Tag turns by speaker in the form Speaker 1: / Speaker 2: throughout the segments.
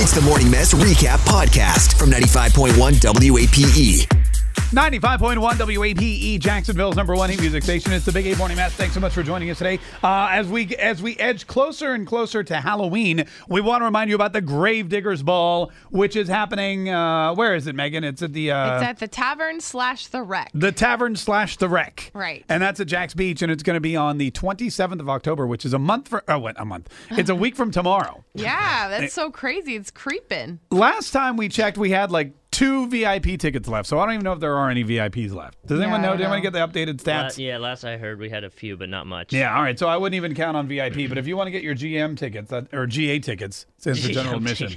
Speaker 1: It's the Morning Mess Recap Podcast from 95.1 WAPE.
Speaker 2: 95.1 WAPE E, Jacksonville's number one hit music station. It's the Big Eight Morning Mass. Thanks so much for joining us today. Uh, as we as we edge closer and closer to Halloween, we want to remind you about the Gravediggers Ball, which is happening. Uh, where is it, Megan? It's at the uh,
Speaker 3: It's at the tavern slash the wreck.
Speaker 2: the tavern slash the wreck.
Speaker 3: Right.
Speaker 2: And that's at Jack's Beach, and it's going to be on the 27th of October, which is a month for oh, what a month? It's a week from tomorrow.
Speaker 3: yeah, that's so crazy. It's creeping.
Speaker 2: Last time we checked, we had like two VIP tickets left, so I don't even know if there are any VIPs left. Does anyone
Speaker 3: Yeah, I
Speaker 2: know? Did anyone
Speaker 3: know.
Speaker 2: get the updated
Speaker 4: La-
Speaker 2: stats?
Speaker 4: yeah, last I heard we had a few, but not much.
Speaker 2: Yeah, all right. So I wouldn't even count on VIP, but if you want to get your GM tickets that, or GA tickets, since the general admission,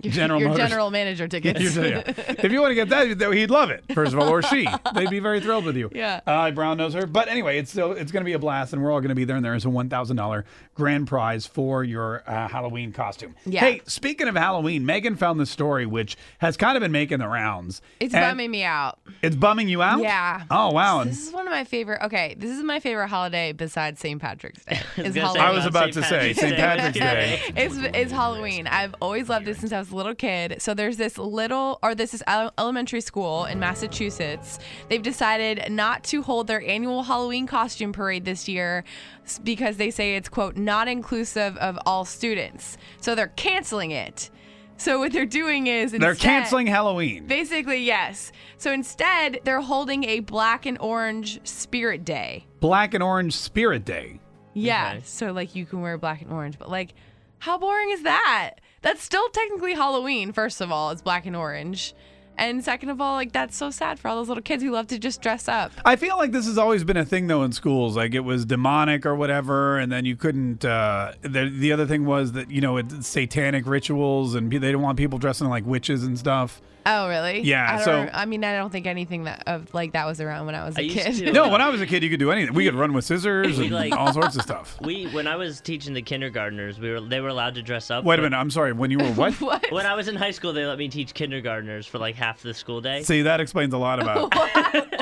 Speaker 2: General
Speaker 3: Your
Speaker 2: Motors.
Speaker 3: general manager tickets.
Speaker 2: You're- yeah. if you want to get that, though, he'd love it. First of all, or she, they'd be very thrilled with you.
Speaker 3: Yeah.
Speaker 2: uh, Brown knows her. But anyway, it's so it's going to be a blast, and we're all going to be there. And there is a one thousand dollar grand prize for your uh, Halloween costume.
Speaker 3: Yeah.
Speaker 2: Hey, speaking of Halloween, Megan found this story which has kind of been making the rounds.
Speaker 3: It's
Speaker 2: And
Speaker 3: bumming me out.
Speaker 2: It's bumming you out.
Speaker 3: Yeah.
Speaker 2: Oh wow. And-
Speaker 3: This is one of my favorite. Okay, this is my favorite holiday besides St. Patrick's Day. Is
Speaker 4: gonna say
Speaker 3: Halloween.
Speaker 2: I was
Speaker 4: on
Speaker 2: about
Speaker 4: St.
Speaker 2: to say
Speaker 4: Patrick's
Speaker 2: St.
Speaker 4: Day.
Speaker 2: Patrick's Day.
Speaker 3: it's, it's Halloween. I've always loved this since I was a little kid. So there's this little, or this is ele- elementary school in Massachusetts. They've decided not to hold their annual Halloween costume parade this year s- because they say it's, quote, not inclusive of all students. So they're canceling it. So what they're doing is
Speaker 2: They're
Speaker 3: instead-
Speaker 2: canceling Halloween.
Speaker 3: Basically, yes. So instead, they're holding a black and orange spirit day.
Speaker 2: Black and Orange Spirit Day.
Speaker 3: Yeah.
Speaker 4: Okay.
Speaker 3: So like you can wear black and orange, but like how boring is that? That's still technically Halloween, first of all, it's black and orange. And second of all, like that's so sad for all those little kids who love to just dress up.
Speaker 2: I feel like this has always been a thing though in schools. Like it was demonic or whatever, and then you couldn't. Uh, the the other thing was that you know it's satanic rituals, and pe- they don't want people dressing like witches and stuff.
Speaker 3: Oh, really?
Speaker 2: Yeah,
Speaker 3: I don't
Speaker 2: so-
Speaker 3: rem- I mean, I don't think anything that of like that was around when I was a
Speaker 4: I used
Speaker 3: kid.
Speaker 4: to-
Speaker 2: No, when I was a kid, you could do anything. We could run with scissors and
Speaker 4: Like-
Speaker 2: all sorts of stuff.
Speaker 4: We when I was teaching the kindergartners, we were they were allowed to dress up.
Speaker 2: Wait a
Speaker 4: but
Speaker 2: minute, I'm sorry. When you were what?
Speaker 3: what?
Speaker 4: When I was in high school, they let me teach kindergartners for like half the school day.
Speaker 2: See, that explains a lot about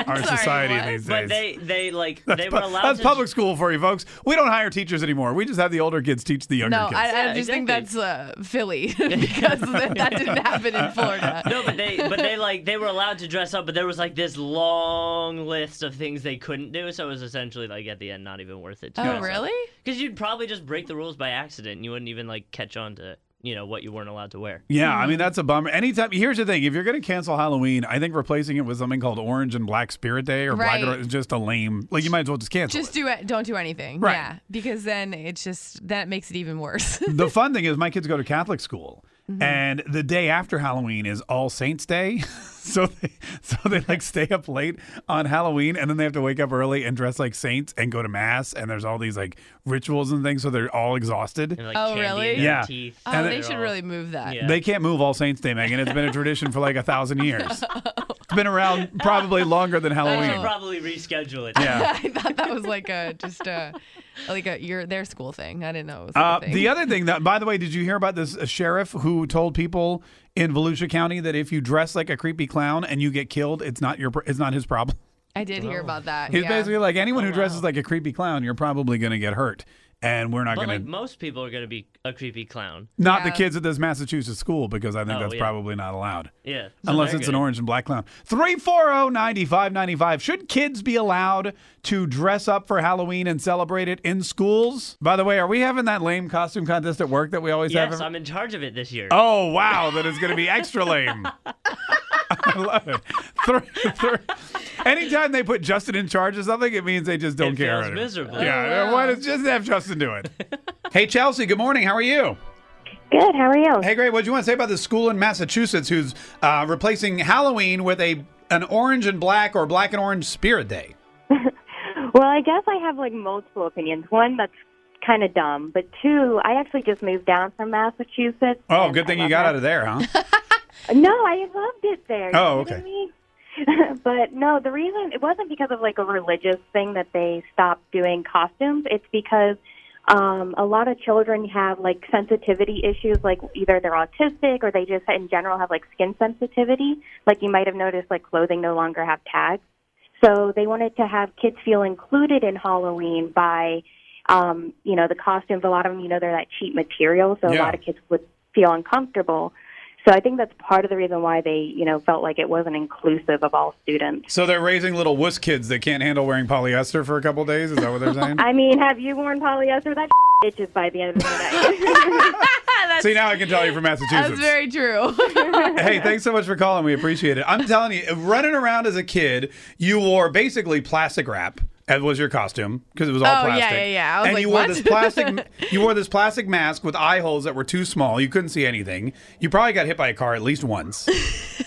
Speaker 2: our
Speaker 3: Sorry,
Speaker 2: society
Speaker 3: what?
Speaker 2: these days.
Speaker 4: but they they like they were
Speaker 2: But
Speaker 4: allowed.
Speaker 2: that's
Speaker 4: to,
Speaker 2: public school for you, folks. We don't hire teachers anymore. We just have the older kids teach the younger
Speaker 3: No,
Speaker 2: kids.
Speaker 3: I, I
Speaker 4: Yeah,
Speaker 3: just think that's
Speaker 4: exactly.
Speaker 3: uh, Philly because that, that didn't happen in Florida.
Speaker 4: No, but they but they like they were allowed to dress up, but there was like this long list of things they couldn't do. So it was essentially like at the end, not even worth it. To
Speaker 3: Oh, really?
Speaker 4: Because you'd probably just break the rules by accident, and you wouldn't even like catch on to you know what you weren't allowed to wear.
Speaker 2: Yeah, I
Speaker 3: Mm-hmm.
Speaker 2: mean that's a bummer. Anytime here's the thing: if you're going to cancel Halloween, I think replacing it with something called Orange and Black Spirit Day or Black
Speaker 3: Right.
Speaker 2: or, is just a lame. Like you might as well just cancel.
Speaker 3: Just
Speaker 2: it.
Speaker 3: do it. Don't do anything.
Speaker 2: Right.
Speaker 3: Yeah, because then it's just that makes it Mm-hmm. even worse.
Speaker 2: the fun thing is my kids go to Catholic school, and the day after Halloween is All Saints Day, so they, so they like stay up late on Halloween, and then they have to wake up early and dress like saints and go to mass, and there's all these like rituals and things, so they're all exhausted.
Speaker 4: And, like,
Speaker 3: Oh,
Speaker 4: candy in
Speaker 3: really?
Speaker 4: their
Speaker 2: Yeah.
Speaker 4: Teeth.
Speaker 3: oh,
Speaker 2: And
Speaker 3: they
Speaker 4: They're
Speaker 3: should
Speaker 4: all-
Speaker 3: really move that.
Speaker 4: Yeah.
Speaker 2: They can't move All Saints Day, Megan. It's been a tradition for like a thousand years. It's been around probably longer than
Speaker 4: We
Speaker 2: Halloween.
Speaker 4: should probably reschedule it.
Speaker 2: Oh, Yeah.
Speaker 3: I thought that was like a just a like a your their school thing. I didn't know it was
Speaker 2: Uh,
Speaker 3: a thing.
Speaker 2: the other thing that, by the way, did you hear about this uh, sheriff who told people in Volusia County that if you dress like a creepy clown and you get killed, it's not your, pr- it's not his problem.
Speaker 3: I did hear about that.
Speaker 2: He's
Speaker 3: yeah.
Speaker 2: basically like anyone
Speaker 4: Oh,
Speaker 2: who dresses like a creepy clown, you're probably going to get hurt, and we're not
Speaker 4: But
Speaker 2: going
Speaker 4: like
Speaker 2: to.
Speaker 4: most people are gonna be a creepy clown.
Speaker 2: Not the
Speaker 3: Yeah.
Speaker 2: kids at this Massachusetts school because I think
Speaker 4: Oh,
Speaker 2: that's
Speaker 4: yeah.
Speaker 2: probably not allowed.
Speaker 4: Yeah. so
Speaker 2: Unless
Speaker 4: they're
Speaker 2: it's an
Speaker 4: good.
Speaker 2: orange and black clown. oh, 340 9595. Should kids be allowed to dress up for Halloween and celebrate it in schools? By the way, are we having that lame costume contest at work that we always have?
Speaker 4: Yes,
Speaker 2: every-
Speaker 4: I'm in charge of it this year.
Speaker 2: Oh wow, that is going to be extra lame. I love it. Thr- thr- anytime they put Justin in charge of something, it means they just don't
Speaker 4: It
Speaker 2: care.
Speaker 4: fails miserably.
Speaker 2: Yeah, why does just have Justin do it? hey Chelsea, good morning. How are you?
Speaker 5: Good. How are you?
Speaker 2: Hey, great. What do you want to say about this school in Massachusetts who's uh, replacing Halloween with a an orange and black or black and orange spirit day?
Speaker 5: Well, I guess I have like multiple opinions. One that's kind of dumb. But two, I actually just moved down from Massachusetts.
Speaker 2: Oh,
Speaker 5: and
Speaker 2: good thing
Speaker 5: I
Speaker 2: you
Speaker 5: love
Speaker 2: got
Speaker 5: Mass-
Speaker 2: out of there, huh?
Speaker 5: No, I loved it there. You
Speaker 2: Oh,
Speaker 5: kidding
Speaker 2: okay.
Speaker 5: me? but no, the reason it wasn't because of like a religious thing that they stopped doing costumes. It's because um, a lot of children have like sensitivity issues, like either they're autistic or they just in general have like skin sensitivity. Like you might have noticed, like clothing no longer have tags. So they wanted to have kids feel included in Halloween by, um, you know, the costumes. A lot of them, you know, they're that cheap material, so
Speaker 2: Yeah.
Speaker 5: a lot of kids would feel uncomfortable. So I think that's part of the reason why they, you know, felt like it wasn't inclusive of all students.
Speaker 2: so they're raising little wuss kids that can't handle wearing polyester for a couple days. Is that what they're saying?
Speaker 5: I mean, have you worn polyester? That itches by the end of the night.
Speaker 3: that's,
Speaker 2: See, now I can tell you from
Speaker 3: that's
Speaker 2: Massachusetts.
Speaker 3: very true.
Speaker 2: hey, thanks so much for calling. We appreciate it. I'm telling you, running around as a kid, you wore basically plastic wrap. That was your costume because it was all
Speaker 3: Oh, yeah,
Speaker 2: plastic.
Speaker 3: yeah, yeah. I was
Speaker 2: and
Speaker 3: like,
Speaker 2: you wore
Speaker 3: what?
Speaker 2: this plastic, you wore this plastic mask with eye holes that were too small. You couldn't see anything. You probably got hit by a car at least once,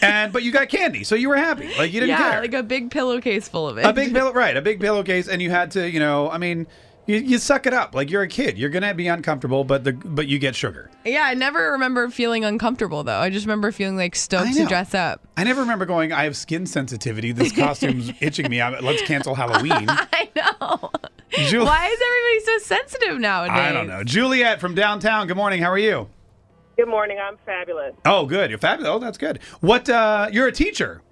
Speaker 2: and but you got candy, so you were happy. Like you didn't
Speaker 3: yeah,
Speaker 2: care.
Speaker 3: like uh, a big pillowcase full of it.
Speaker 2: a big pillow, right? A big pillowcase, and you had to, you know, I mean, you, you suck it up. Like you're a kid, you're gonna be uncomfortable, but the but you get sugar.
Speaker 3: yeah, I never remember feeling uncomfortable though. I just remember feeling like
Speaker 2: I
Speaker 3: stoked to
Speaker 2: know.
Speaker 3: dress up.
Speaker 2: I never remember going, I have skin sensitivity. This costume's itching me. out. Let's cancel Halloween.
Speaker 3: I know.
Speaker 2: Ju-
Speaker 3: Why is everybody so sensitive nowadays?
Speaker 2: I don't know. Juliet from downtown. Good morning. How are you?
Speaker 6: Good morning. I'm fabulous.
Speaker 2: Oh, good. You're fabulous. Oh, that's good. What, uh, you're a teacher.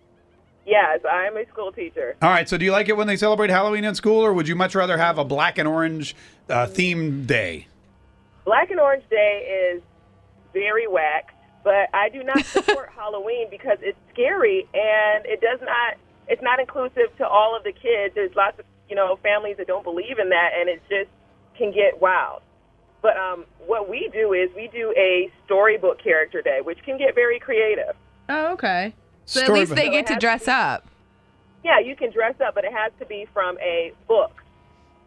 Speaker 6: Yes, I'm a school teacher.
Speaker 2: All right. So do you like it when they celebrate Halloween in school or would you much rather have a black and orange uh, themed day?
Speaker 6: Black and Orange Day is very whack, but I do not support Halloween because it's scary and it does not. It's not inclusive to all of the kids. There's lots of you know families that don't believe in that, and it just can get wild. But um, what we do is we do a storybook character day, which can get very creative.
Speaker 3: Oh, okay. So at
Speaker 2: Story
Speaker 3: least they
Speaker 2: behind-
Speaker 3: get to dress up.
Speaker 6: Yeah, you can dress up, but it has to be from a book.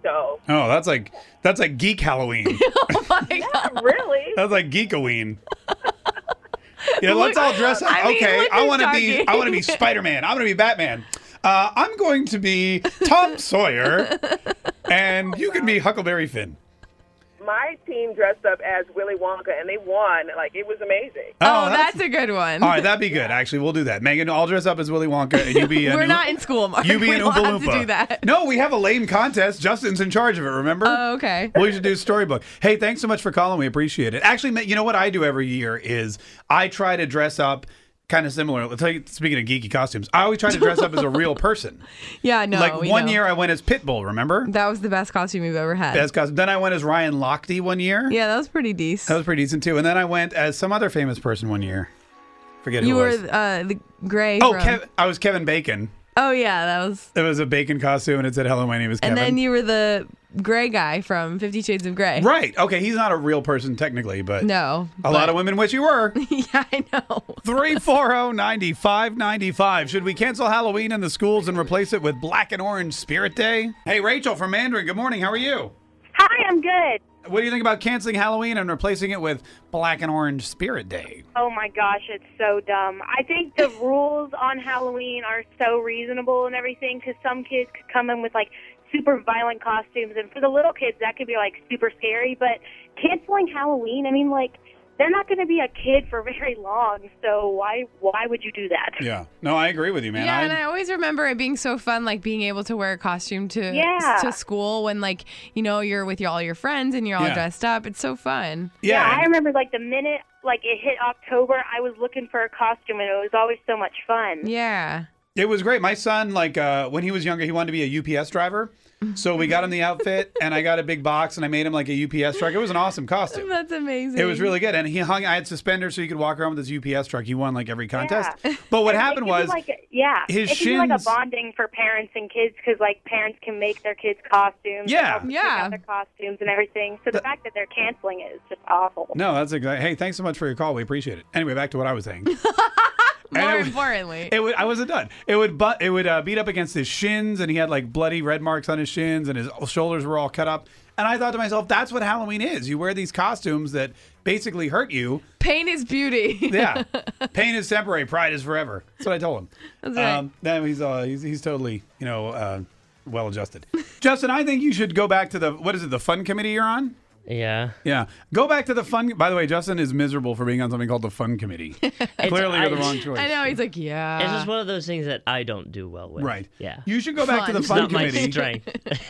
Speaker 6: So
Speaker 2: Oh, that's like, that's like geek Halloween.
Speaker 3: Oh my God.
Speaker 6: really,
Speaker 2: that's like geekoween. Yeah, let's all dress up.
Speaker 3: I mean,
Speaker 2: okay,
Speaker 3: look
Speaker 2: I
Speaker 3: who's
Speaker 2: want to be.
Speaker 3: talking.
Speaker 2: I want to be Spider Man. I'm going to be Batman. Uh, I'm going to be Tom Sawyer, and you can be Huckleberry Finn.
Speaker 6: my team dressed up as Willy Wonka, and they won. Like it was amazing.
Speaker 3: Oh, that's, a good one.
Speaker 2: all right. That'd be good. Actually, we'll do that. Megan, I'll dress up as Willy Wonka, and you be. an
Speaker 3: We're
Speaker 2: Oom-
Speaker 3: not in school, Mark.
Speaker 2: You be
Speaker 3: we
Speaker 2: an
Speaker 3: don't
Speaker 2: Oompa
Speaker 3: have
Speaker 2: Loompa.
Speaker 3: to do that.
Speaker 2: No, we have a lame contest. Justin's in charge of it. Remember?
Speaker 3: Oh, okay.
Speaker 2: we should do storybook. Hey, thanks so much for calling. We appreciate it. Actually, ma- you know what I do every year is I try to dress up kind of similar. Let's take- Speaking of geeky costumes, I always try to dress up as a real person.
Speaker 3: Yeah, no.
Speaker 2: like
Speaker 3: we
Speaker 2: one
Speaker 3: know.
Speaker 2: year I went as Pitbull. Remember?
Speaker 3: That was the best costume you've ever had.
Speaker 2: As cos- then I went as Ryan Lochte one year.
Speaker 3: yeah, that was pretty
Speaker 2: That
Speaker 3: decent.
Speaker 2: was pretty decent too. And then I went as some other famous person one year. Forget
Speaker 3: You
Speaker 2: who
Speaker 3: were
Speaker 2: it was.
Speaker 3: uh, the gray.
Speaker 2: oh,
Speaker 3: from-
Speaker 2: Kev- I was Kevin Bacon.
Speaker 3: Oh, yeah, that was.
Speaker 2: It was a bacon costume, and it said "Hello, my name is Kevin."
Speaker 3: And then you were the gray guy from Fifty Shades of Grey.
Speaker 2: right? Oh. Okay, he's not a real person technically, but
Speaker 3: No.
Speaker 2: a lot of women wish you were.
Speaker 3: yeah, I know.
Speaker 2: oh, 340-9595. Should we cancel Halloween in the schools and replace it with Black and Orange Spirit Day? Hey, Rachel from Mandarin. Good morning. How are you?
Speaker 5: Hi, I'm good.
Speaker 2: What do you think about canceling Halloween and replacing it with Black and Orange Spirit Day?
Speaker 7: Oh my gosh, it's so dumb. I think the rules on Halloween are so reasonable and everything because some kids could come in with like super violent costumes, and for the little kids, that could be like super scary. But canceling Halloween, I mean, like they're not going to be a kid for very long, so why why would you do that?
Speaker 2: Yeah. No, I agree with you, man.
Speaker 3: yeah,
Speaker 2: I-
Speaker 3: and I always remember it being so fun, like being able to wear a costume to
Speaker 7: Yeah.
Speaker 3: to school when, like, you know, you're with your, all your friends and you're all
Speaker 2: Yeah.
Speaker 3: dressed up. It's so fun.
Speaker 2: yeah.
Speaker 7: I remember like the minute like it hit October, I was looking for a costume, and it was always so much fun.
Speaker 3: Yeah.
Speaker 2: It was great. My son, like uh, when he was younger, he wanted to be a UPS driver. So we got him the outfit, and I got a big box, and I made him like a UPS truck. It was an awesome costume.
Speaker 3: That's amazing.
Speaker 2: It was really good, and he hung. I had suspenders, so he could walk around with his UPS truck. He won like every contest. But what
Speaker 7: It
Speaker 2: happened
Speaker 7: could be
Speaker 2: was,
Speaker 7: like, yeah,
Speaker 2: his
Speaker 7: it could be like
Speaker 2: shins-
Speaker 7: a bonding for parents and kids because like parents can make their kids costumes. and help
Speaker 2: Yeah.
Speaker 7: them pick
Speaker 3: Yeah.
Speaker 7: out their costumes and everything. So the fact that they're canceling it is just awful.
Speaker 2: no, that's exactly. Hey, thanks so much for your call. We appreciate it. Anyway, back to what I was saying. And
Speaker 3: More
Speaker 2: it-
Speaker 3: importantly.
Speaker 2: It would, I wasn't done. It would, but it would uh, beat up against his shins, and he had like bloody red marks on his shins, and his shoulders were all cut up. And I thought to myself, that's what Halloween is. You wear these costumes that basically hurt you.
Speaker 3: Pain is beauty.
Speaker 2: Yeah, pain is temporary, pride is forever. That's what I told him.
Speaker 3: That's right.
Speaker 2: Um, no, he's uh, he's he's totally you know uh, well adjusted. Justin, I think you should go back to the what is it, the fun committee you're on?
Speaker 4: Yeah.
Speaker 2: Yeah. Go back to the fun by the way, Justin is miserable for being on something called the fun committee. Clearly you're the
Speaker 4: I-
Speaker 2: wrong choice.
Speaker 3: I know. He's like, yeah.
Speaker 4: It's just one of those things that I don't do well with.
Speaker 2: Right.
Speaker 4: Yeah.
Speaker 2: You should go back to
Speaker 3: Fun.
Speaker 2: the
Speaker 3: It's
Speaker 2: fun
Speaker 4: Not my
Speaker 2: committee.
Speaker 4: strength.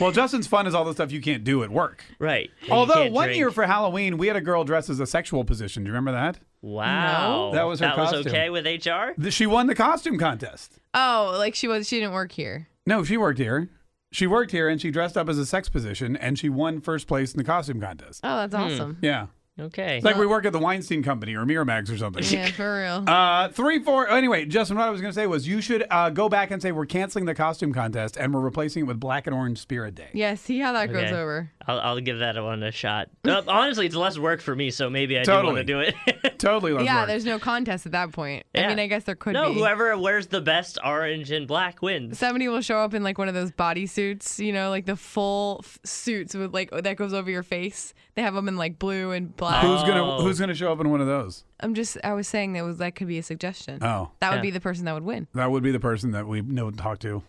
Speaker 2: well, Justin's fun is all the stuff you can't do at work.
Speaker 4: right. Like, you
Speaker 2: Although
Speaker 4: can't
Speaker 2: one
Speaker 4: drink.
Speaker 2: year for Halloween, we had a girl dressed as a sexual position. Do you remember that?
Speaker 4: Wow.
Speaker 2: That was her
Speaker 4: That was
Speaker 2: costume.
Speaker 4: okay with HR?
Speaker 2: Th- She won the costume contest.
Speaker 3: oh, like she was. She didn't work here.
Speaker 2: No, she worked here. She worked here and she dressed up as a sex position and she won first place in the costume contest.
Speaker 3: Oh, that's awesome.
Speaker 2: Yeah.
Speaker 4: Okay.
Speaker 2: It's like we work at the Weinstein Company or Miramax or something.
Speaker 3: Yeah, for real.
Speaker 2: Uh, three, four. oh, Anyway, Justin, what I was going to say was you should uh, go back and say we're canceling the costume contest and we're replacing it with Black and Orange Spirit Day.
Speaker 3: yeah. See how that goes
Speaker 4: Okay.
Speaker 3: over.
Speaker 4: I'll, I'll give that one a shot. Uh, honestly, it's less work for me, so maybe I
Speaker 2: Totally.
Speaker 4: do want to do it.
Speaker 2: Totally. Let's
Speaker 3: yeah.
Speaker 2: work.
Speaker 3: There's no contest at that point. I
Speaker 4: Yeah.
Speaker 3: mean, I guess there could
Speaker 4: no,
Speaker 3: be.
Speaker 4: whoever wears the best orange and black wins.
Speaker 3: Somebody will show up in like one of those body suits, you know, like the full f- suits with like oh, that goes over your face. They have them in like blue and black.
Speaker 2: Who's gonna
Speaker 4: Oh.
Speaker 2: Who's gonna show up in one of those?
Speaker 3: I'm just, I was saying that was that could be a suggestion.
Speaker 2: Oh,
Speaker 3: That would
Speaker 4: Yeah.
Speaker 3: be the person that would win.
Speaker 2: that would be the person that we know and talk to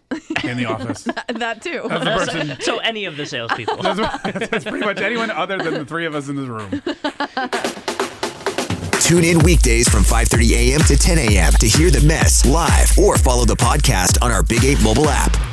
Speaker 2: in the office.
Speaker 3: that too.
Speaker 2: That's the person.
Speaker 4: So any of the salespeople.
Speaker 2: That's, that's pretty much anyone other than the three of us in this room.
Speaker 1: Tune in weekdays from 5:30 a.m. to 10 a.m. to hear the mess live or follow the podcast on our Big 8 mobile app.